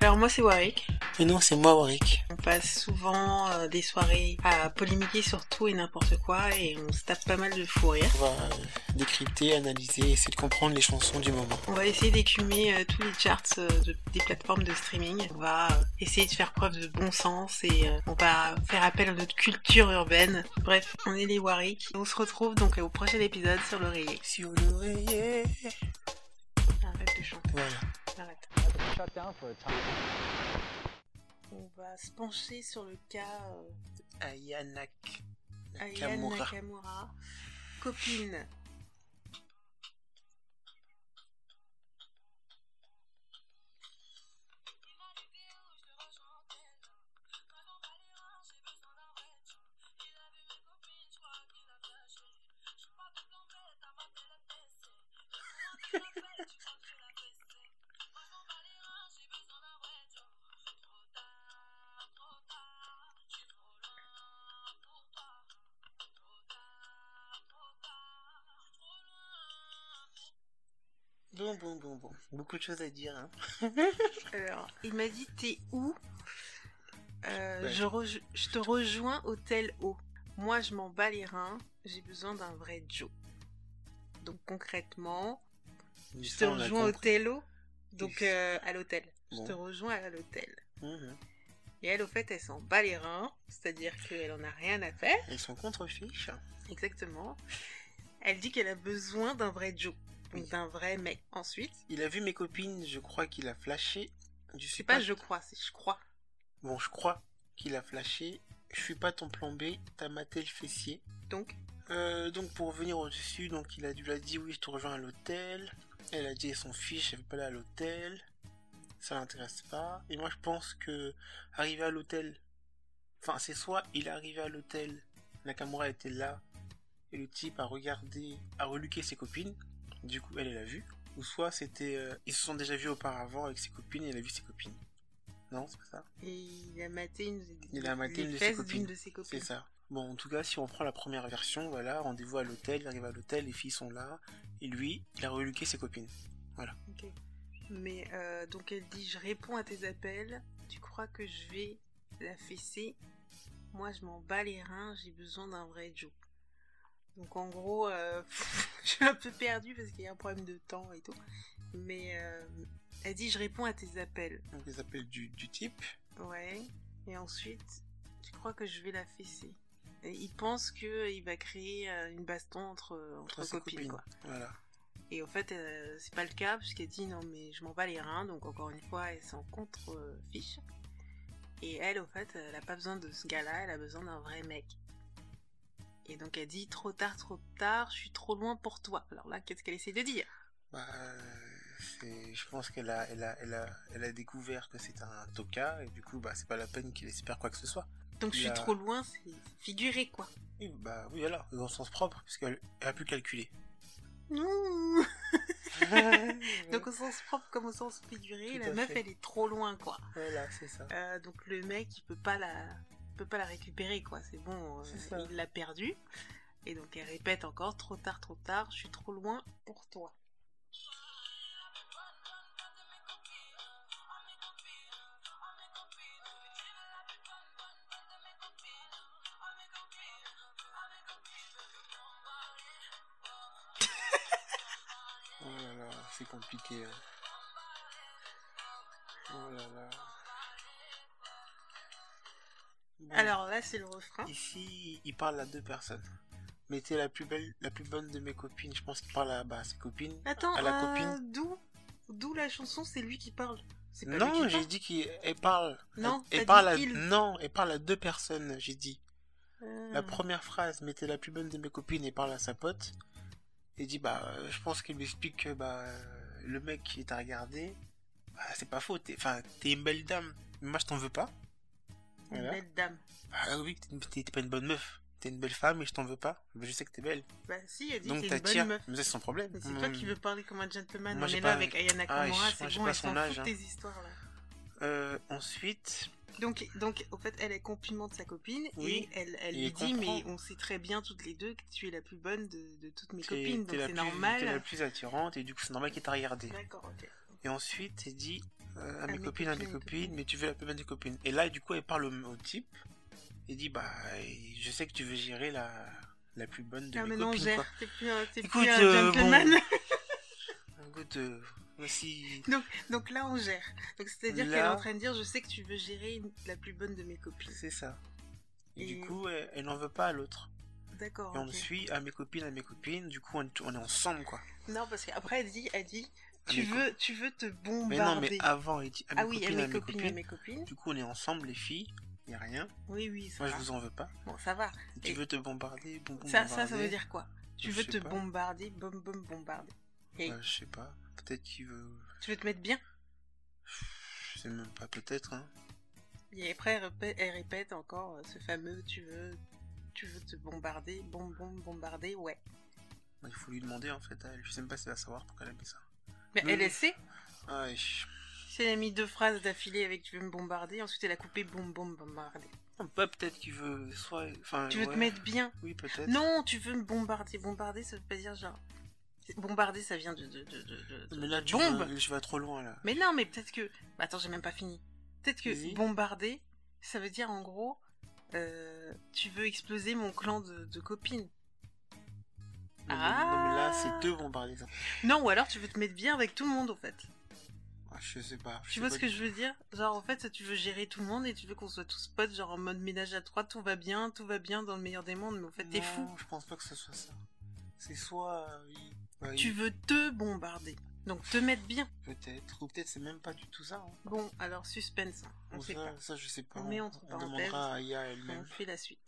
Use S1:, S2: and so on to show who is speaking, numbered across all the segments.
S1: Alors moi c'est Warwick.
S2: Et non, c'est moi, Warwick.
S1: On passe souvent euh, des soirées à polémiquer sur tout et n'importe quoi et on se tape pas mal de fou rire.
S2: On va euh, décrypter, analyser, essayer de comprendre les chansons du moment.
S1: On va essayer d'écumer euh, tous les charts euh, de- des plateformes de streaming. On va euh, essayer de faire preuve de bon sens et euh, on va faire appel à notre culture urbaine. Bref, on est les Warwick. On se retrouve donc euh, au prochain épisode sur l'oreiller.
S2: Sur l'oreiller.
S1: Arrête de chanter,
S2: Voilà.
S1: arrête.
S3: shut down for a time.
S1: On va se pencher sur le cas euh,
S2: Ayanak.
S1: Ayane
S2: Nakamura.
S1: Nakamura, copine.
S2: Bon, bon, bon, bon. Beaucoup de choses à dire, hein.
S1: Alors, il m'a dit t'es où Euh,
S2: Ouais.
S1: je, rej- je te rejoins au tel haut. Moi, je m'en bats les reins. J'ai besoin d'un vrai Joe. Donc concrètement,
S2: Mais
S1: je
S2: ça,
S1: te
S2: on l'a
S1: rejoins au
S2: compris.
S1: tel haut. Donc
S2: Oui.
S1: euh, à l'hôtel.
S2: Bon.
S1: Je te rejoins à l'hôtel.
S2: Mhm.
S1: Et elle, au fait, elle s'en bat les reins. C'est-à-dire qu'elle en a rien à faire.
S2: Elles sont contre-fiches.
S1: Exactement. Elle dit qu'elle a besoin d'un vrai Joe. Donc
S2: Oui.
S1: d'un vrai mec. Ensuite,
S2: Il a vu mes copines, je crois qu'il a flashé.
S1: c'est
S2: Je suis
S1: pas je crois, c'est je crois.
S2: Bon, je crois qu'il a flashé. Je suis pas ton plan B, t'as maté le fessier.
S1: Donc,
S2: Euh, donc pour revenir au-dessus, donc il a dû la dit oui, je te rejoins à l'hôtel. Elle a dit elle s'en fiche, elle veut pas aller à l'hôtel. Ça l'intéresse pas. Et moi je pense que arrivé à l'hôtel, enfin c'est soit il est arrivé à l'hôtel, Nakamura était là et le type a regardé, a reluqué ses copines. Du coup elle elle a vu. Ou soit c'était euh, ils se sont déjà vus auparavant avec ses copines et elle a vu ses copines. Non c'est pas ça.
S1: il a maté une,
S2: Il a maté
S1: les
S2: une de ses
S1: fesses
S2: copines.
S1: d'une de ses
S2: C'est
S1: copines.
S2: ça. Bon, en tout cas, si on prend la première version, voilà, rendez-vous à l'hôtel, il arrive à l'hôtel, les filles sont là, et lui, il a reluqué ses copines.
S1: Ok. Mais euh, donc elle dit je réponds à tes appels, tu crois que je vais la fesser Moi je m'en bats les reins, j'ai besoin d'un vrai Joe. Donc en gros, euh, je suis un peu perdue parce qu'il y a un problème de temps et tout. Mais euh, elle dit je réponds à tes appels.
S2: Donc les appels du, du type.
S1: Ouais. Et ensuite, tu crois que je vais la fesser Et il pense qu'il va créer euh, une baston entre, euh, entre,
S2: Entre ses
S1: copines,
S2: copines.
S1: quoi.
S2: Voilà.
S1: Et au fait, euh, c'est pas le cas, puisqu'elle dit non, mais je m'en bats les reins, donc encore une fois, elle s'en contre-fiche. Et elle, au fait, elle a pas besoin de ce gars-là, elle a besoin d'un vrai mec. Et donc elle dit trop tard, trop tard, je suis trop loin pour toi. Alors là, qu'est-ce qu'elle essaie de dire
S2: Bah, euh, c'est- je pense qu'elle a, elle a, elle a, elle a découvert que c'est un toka, et du coup, bah, c'est pas la peine qu'il espère quoi que ce soit.
S1: Donc je suis
S2: Là.
S1: trop loin, c'est figuré quoi.
S2: Oui, bah, oui, voilà, dans le sens propre, parce qu'elle elle a pu calculer.
S1: Ouh donc
S2: donc,
S1: au sens propre comme au sens figuré,
S2: Tout
S1: la
S2: à
S1: meuf
S2: fait.
S1: elle est trop loin quoi.
S2: voilà, c'est ça.
S1: Euh, donc le mec il peut pas la il peut pas la récupérer quoi c'est bon euh,
S2: C'est ça.
S1: il l'a perdu et donc elle répète encore trop tard trop tard je suis trop loin pour toi
S2: Oh là là, c'est compliqué. hein. Oh là là. Bon,
S1: alors là c'est le refrain
S2: Ici, il parle à deux personnes. Mais t'es la plus belle, la plus bonne de mes copines. Je pense qu'il parle à bah, à ses copines.
S1: attends
S2: à la
S1: euh,
S2: copine.
S1: d'où d'où la chanson c'est lui qui parle c'est pas lui
S2: Non,
S1: qui
S2: j'ai
S1: parle.
S2: dit qu'elle parle.
S1: Non,
S2: elle,
S1: t'as
S2: elle parle à...
S1: dit il.
S2: non, elle parle à deux personnes. J'ai dit.
S1: Euh,
S2: La première phrase, mais t'es la plus bonne de mes copines, et parle à sa pote. Et dit, bah, euh, je pense qu'il lui explique que, bah, euh, le mec qui t'a regardé, bah, c'est pas faux, t'es, enfin, t'es une belle dame, mais moi je t'en veux pas.
S1: une
S2: Voilà.
S1: Ah, belle dame
S2: Bah oui, t'es, une- t'es- t'es pas une bonne meuf, t'es une belle femme et je t'en veux pas. Mais je sais que t'es belle.
S1: bah si elle dit
S2: Donc
S1: c'est une bonne
S2: t'attires, mais
S1: meuf
S2: ça c'est son problème. Euh,
S1: Mais c'est
S2: Mon-
S1: toi qui veux parler comme un gentleman
S2: Moi,
S1: on
S2: j'ai
S1: est
S2: pas-
S1: là avec Ayana
S2: Ah,
S1: Kamura
S2: je- moi,
S1: c'est
S2: j'ai
S1: bon
S2: pas
S1: elle s'en
S2: son âge,
S1: fout de
S2: hein.
S1: tes histoires là
S2: Euh, ensuite,
S1: Donc, donc, au fait, elle, elle complimente sa copine
S2: Oui.
S1: et elle, elle
S2: Et
S1: lui
S2: elle
S1: dit
S2: comprend.
S1: Mais on sait très bien toutes les deux que tu es la plus bonne de, de toutes mes
S2: t'es,
S1: copines,
S2: t'es
S1: donc
S2: la
S1: c'est
S2: plus, t'es la
S1: normal.
S2: plus attirante et du coup c'est normal qu'il t'a regardé.
S1: D'accord, ok.
S2: Et ensuite, il dit euh, à mes copines, à mes copines, mais tu veux la peine des copines. Et là, du coup, elle parle au, au type et dit Bah, je sais que tu veux gérer la, la plus bonne de
S1: Ah,
S2: mes
S1: mais non,
S2: copines.
S1: gère.
S2: quoi.
S1: T'es plus, un- t'es
S2: Écoute,
S1: plus un
S2: euh,
S1: gentleman.
S2: Écoute, euh, voici.
S1: Donc là, on gère. Donc c'est-à-dire
S2: Là-
S1: qu'elle est en train de dire Je sais que tu veux gérer une- la plus bonne de mes copines.
S2: C'est ça. Et,
S1: Et-
S2: du coup, elle, elle n'en veut pas à l'autre.
S1: D'accord.
S2: Et on
S1: ok.
S2: me suit à mes copines, à mes copines. Du coup, on, est- on est ensemble, quoi.
S1: Non, parce qu'après, elle dit, elle dit
S2: À
S1: tu,
S2: mes co-
S1: veux, tu veux te bombarder.
S2: Mais non, mais avant, elle dit à mes
S1: ah oui, à
S2: copines,
S1: mes copines, à
S2: copines.
S1: mes copines.
S2: Du coup, on est ensemble, les filles. Y a rien.
S1: Oui, oui, ça
S2: Moi, je
S1: va.
S2: vous en veux pas.
S1: Bon, ça va.
S2: Et tu
S1: Ah. Et-
S2: veux te bombarder, bon, bon,
S1: Ça, ça, ça
S2: bombarder.
S1: veut dire quoi Tu
S2: Je
S1: veux
S2: sais
S1: te
S2: pas.
S1: bombarder, bom, bom, bombarder. Et
S2: Bah, je sais pas. Peut-être qu'il veut.
S1: tu veux te mettre bien
S2: Je sais même pas, peut-être. Hein.
S1: Et après, elle répète, elle répète encore euh, ce fameux tu veux, tu veux te bombarder, bom, bom, bombarder, ouais.
S2: Bah, Il faut lui demander en fait. à elle. Je sais même pas si elle va savoir pourquoi elle a mis ça.
S1: Mais
S2: Mais-
S1: elle essaie.
S2: Ah, et je-
S1: Si elle a mis deux phrases d'affilée avec tu veux me bombarder, ensuite elle a coupé bom, bom, bombarder.
S2: Non, pas peut-être qu'il veut. Soit. Enfin,
S1: Tu veux
S2: Ah ouais.
S1: te mettre bien
S2: Oui, peut-être.
S1: Non, tu veux me bombarder. Bombarder, ça veut pas dire genre. Bombarder, ça vient de. de, de, de- de- de-
S2: Mais là, tu
S1: bombe.
S2: vas- je vais trop loin là.
S1: Mais non, mais peut-être que. Bah, attends, j'ai même pas fini. Peut-être que
S2: Vas-y.
S1: bombarder, ça veut dire en gros. euh, tu veux exploser mon clan de, de copines.
S2: Non, mais- non, mais là,
S1: Ah.
S2: c'est deux bombardés. ça.
S1: Non, ou alors tu veux te mettre bien avec tout le monde en fait.
S2: Ah, je sais pas.
S1: Tu vois ce que
S2: je... sais
S1: je veux dire Genre en fait, tu veux gérer tout le monde et tu veux qu'on soit tous potes, genre en mode ménage à trois, tout va bien, tout va bien dans le meilleur des mondes, mais en
S2: pas
S1: fait
S2: du-
S1: t'es fou.
S2: Non, Je pense pas que ce soit ça. C'est soit. euh, il- bah,
S1: Tu
S2: il-
S1: veux te bombarder. Donc te mettre bien.
S2: Peut-être. Ou peut-être c'est même pas du tout ça. hein.
S1: Bon, alors suspense. hein. On
S2: Ou
S1: sait
S2: ça,
S1: pas.
S2: ça, je sais pas.
S1: On met entre
S2: on
S1: parenthèses.
S2: demandera à Aya
S1: On
S2: elle-même.
S1: fait la suite.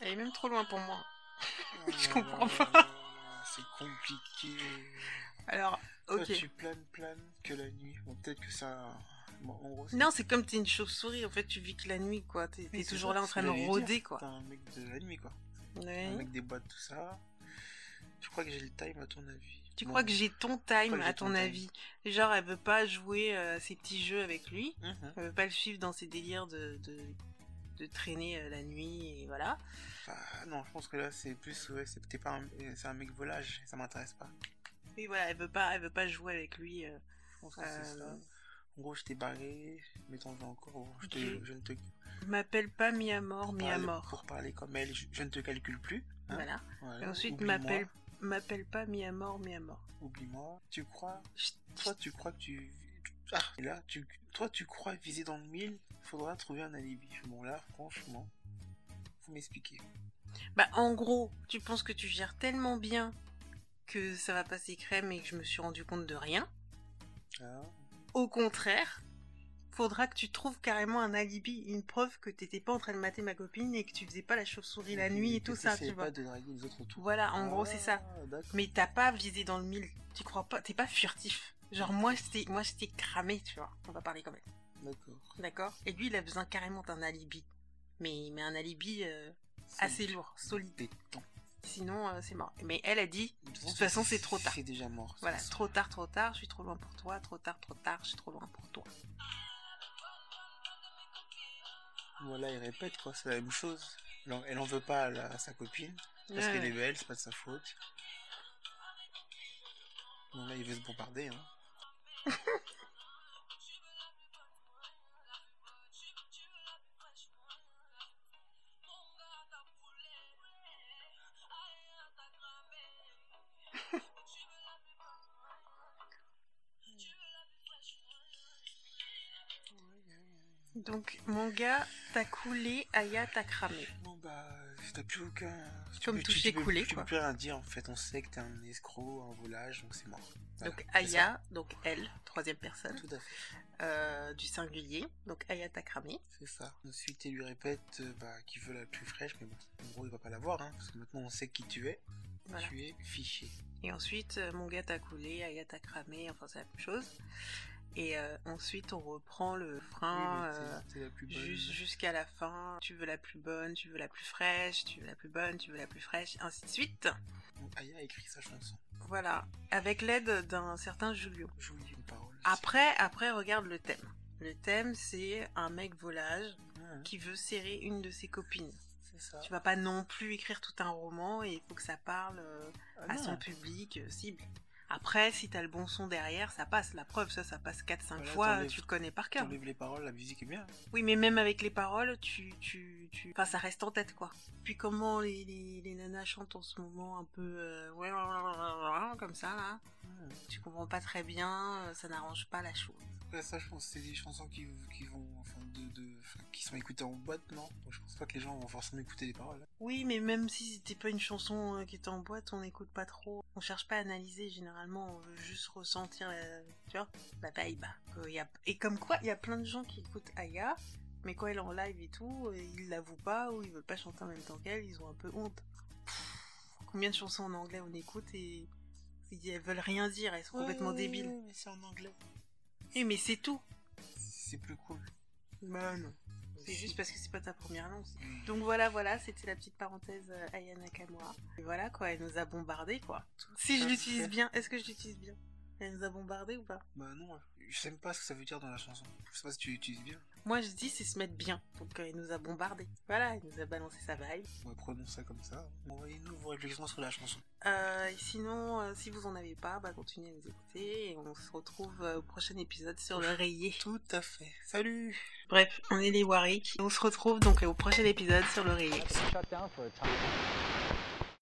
S1: Elle est même trop loin pour moi.
S2: Ah
S1: Je comprends
S2: pas. C'est compliqué.
S1: Alors,
S2: Toi,
S1: ok.
S2: tu planes, planes que la nuit. Bon, peut-être que ça. Bon, en gros, c'est-
S1: Non, c'est comme t'es une chauve-souris, en fait, tu vis que la nuit, quoi. T'es t'es
S2: Oui, c'est
S1: toujours
S2: ça,
S1: là en
S2: c'est
S1: train
S2: ce
S1: de
S2: que j'allais
S1: rôder,
S2: dire.
S1: quoi.
S2: hein.
S1: Eh
S2: T'es un mec de la nuit, quoi. Ah,
S1: Ouais.
S2: Un mec des boîtes, tout ça. Tu crois que j'ai le time, à ton avis
S1: Tu
S2: Bon.
S1: crois que j'ai ton time,
S2: que j'ai
S1: à
S2: ton
S1: ton
S2: time.
S1: avis Genre, elle veut pas jouer euh, à ses petits jeux avec lui.
S2: Mhm.
S1: Elle veut pas le suivre dans ses délires de, de, de traîner euh, la nuit, et voilà.
S2: Bah, non, je pense que là, c'est plus. Ouais, c'est t'es pas un... euh, c'est un mec volage, ça m'intéresse pas.
S1: Oui, voilà, elle veut pas, elle veut pas jouer avec lui. euh.
S2: Je pense que
S1: Euh,
S2: c'est ça. En gros, je t'ai barré, mais t'en veux encore. Bon, je, te-
S1: Ok.
S2: je ne te.
S1: M'appelle pas mis à mort,
S2: pour
S1: mis à
S2: parler-
S1: mort.
S2: Pour parler comme elle, je, je ne te calcule plus. Ah, hein.
S1: Voilà.
S2: Voilà.
S1: Et ensuite,
S2: Oublie-moi,
S1: m'appelle m'appelle pas mis à mort, mis à mort.
S2: Oublie-moi. Tu crois.
S1: Je-
S2: Toi, tu crois que tu. Ah, et là, tu... toi, tu crois viser dans le mille, faudra trouver un alibi. Bon, là, franchement, vous m'expliquez.
S1: Bah, en gros, tu penses que tu gères tellement bien que ça va passer crème et que je me suis rendu compte de rien.
S2: Ah.
S1: Au contraire, faudra que tu trouves carrément un alibi, une preuve que t'étais pas en train de mater ma copine et que tu faisais pas la chauve-souris la nuit et tout ça,
S2: T'essayes
S1: tu vois.
S2: pas de draguer les autres autour.
S1: Voilà, en gros, c'est ça.
S2: Ah, d'accord.
S1: Mais t'as pas visé dans le mille. Tu crois pas, t'es pas furtif. Genre, moi, j'étais, moi, j'étais cramé, tu vois. On va parler quand même.
S2: D'accord.
S1: D'accord? Et lui, il a besoin carrément d'un alibi. Mais, mais un alibi euh, assez lourd, solide.
S2: Des temps.
S1: Sinon, euh, c'est mort. Mais elle a dit,
S2: De
S1: toute façon, c'est trop tard.
S2: C'est déjà mort. de
S1: Voilà,
S2: toute façon.
S1: trop tard, trop tard, je suis trop loin pour toi, trop tard, trop tard, je suis trop loin pour toi.
S2: Voilà, il répète quoi, c'est la même chose. Non, elle en veut pas à, la- à sa copine parce
S1: Ouais,
S2: qu'elle
S1: ouais.
S2: est belle, c'est pas de sa faute. Bon, là, il veut se bombarder. Hein.
S1: Donc, mon gars, t'as coulé, Aya, t'as cramé.
S2: Bon, bah, t'as plus aucun. tu
S1: Comme
S2: peux-
S1: toucher,
S2: tu peux-
S1: couler,
S2: Tu
S1: quoi.
S2: peux plus rien dire en fait, on sait que t'es un escroc, un volage, donc c'est mort. Voilà,
S1: Donc,
S2: c'est ça.
S1: Aya, donc elle, troisième personne,
S2: Tout à fait,
S1: euh, du singulier. Donc, Aya, t'as cramé.
S2: c'est ça. Ensuite, il lui répète euh, bah, qu'il veut la plus fraîche, mais bon, en gros, il va pas l'avoir, hein, parce que maintenant on sait qui tu es.
S1: Voilà.
S2: Tu es fiché.
S1: Et ensuite, euh, mon gars, t'as coulé, Aya, t'as cramé, enfin, c'est la même chose. Et euh, ensuite, on reprend le frein euh, jus- jusqu'à la fin. Tu veux la plus bonne, tu veux la plus fraîche, tu veux la plus bonne, tu veux la plus fraîche, ainsi de suite.
S2: Aya a écrit sa chanson.
S1: Voilà, avec l'aide d'un certain Julio.
S2: Je vous lis une parole.
S1: Après, après, regarde le thème. Le thème, c'est un mec volage
S2: Mmh,
S1: qui veut serrer une de ses copines.
S2: c'est ça.
S1: Tu vas pas non plus écrire tout un roman et il faut que ça parle euh,
S2: Ah
S1: à
S2: non,
S1: son public euh, cible. Après, si t'as le bon son derrière, ça passe. La preuve, ça, ça passe 4-5
S2: Voilà,
S1: fois,
S2: t'enlèves-
S1: tu le connais par cœur.
S2: T'enlèves les paroles, la musique est bien.
S1: Oui, mais même avec les paroles, tu, tu, tu... Enfin, ça reste en tête, quoi. Puis comment les, les, les nanas chantent en ce moment un peu... euh, ouais, comme ça, là.
S2: Mmh.
S1: Tu comprends pas très bien, euh, ça n'arrange pas la chose.
S2: Après ça, je pense que c'est des chansons qui, qui vont, enfin, de, de, enfin, qui sont écoutées en boîte, non Donc, Je pense pas que les gens vont forcément écouter les paroles. hein.
S1: Oui, mais même si c'était pas une chanson euh, qui était en boîte, on n'écoute pas trop. On cherche pas à analyser, généralement, on veut juste ressentir la, tu vois, la vibe. Euh, y a- et comme quoi, il y a plein de gens qui écoutent Aya, mais quand elle est en live et tout, euh, ils l'avouent pas ou ils veulent pas chanter en même temps qu'elle, ils ont un peu honte. Pff, combien de chansons en anglais on écoute et et elles veulent rien dire, elles sont complètement débiles.
S2: Mais c'est en anglais.
S1: Oui, mais c'est tout.
S2: C'est plus cool.
S1: Bah non. C'est
S2: Aussi.
S1: juste parce que c'est pas ta première langue.
S2: Mmh.
S1: Donc voilà, voilà, c'était la petite parenthèse euh, Aya Nakamura. Et voilà quoi, elle nous a bombardé quoi. Si je
S2: à
S1: l'utilise
S2: fait.
S1: bien, est-ce que je l'utilise bien Elle nous a bombardé ou pas
S2: Bah non, je sais même pas ce que ça veut dire dans la chanson. Je sais pas si tu l'utilises bien.
S1: Moi je dis c'est se mettre bien, donc euh, elle nous a bombardé. Voilà, elle nous a balancé sa vibe.
S2: On va prononcer ça comme ça. Envoyez-nous vos réflexions sur la chanson.
S1: Euh, et sinon, euh, si vous en avez pas, bah continuez à nous écouter et on se retrouve euh, au prochain épisode sur le rayé.
S2: Tout à fait. Salut
S1: Bref, on est les Warwick et on se retrouve donc au prochain épisode sur le rayé.
S3: Had to be shut down for a time.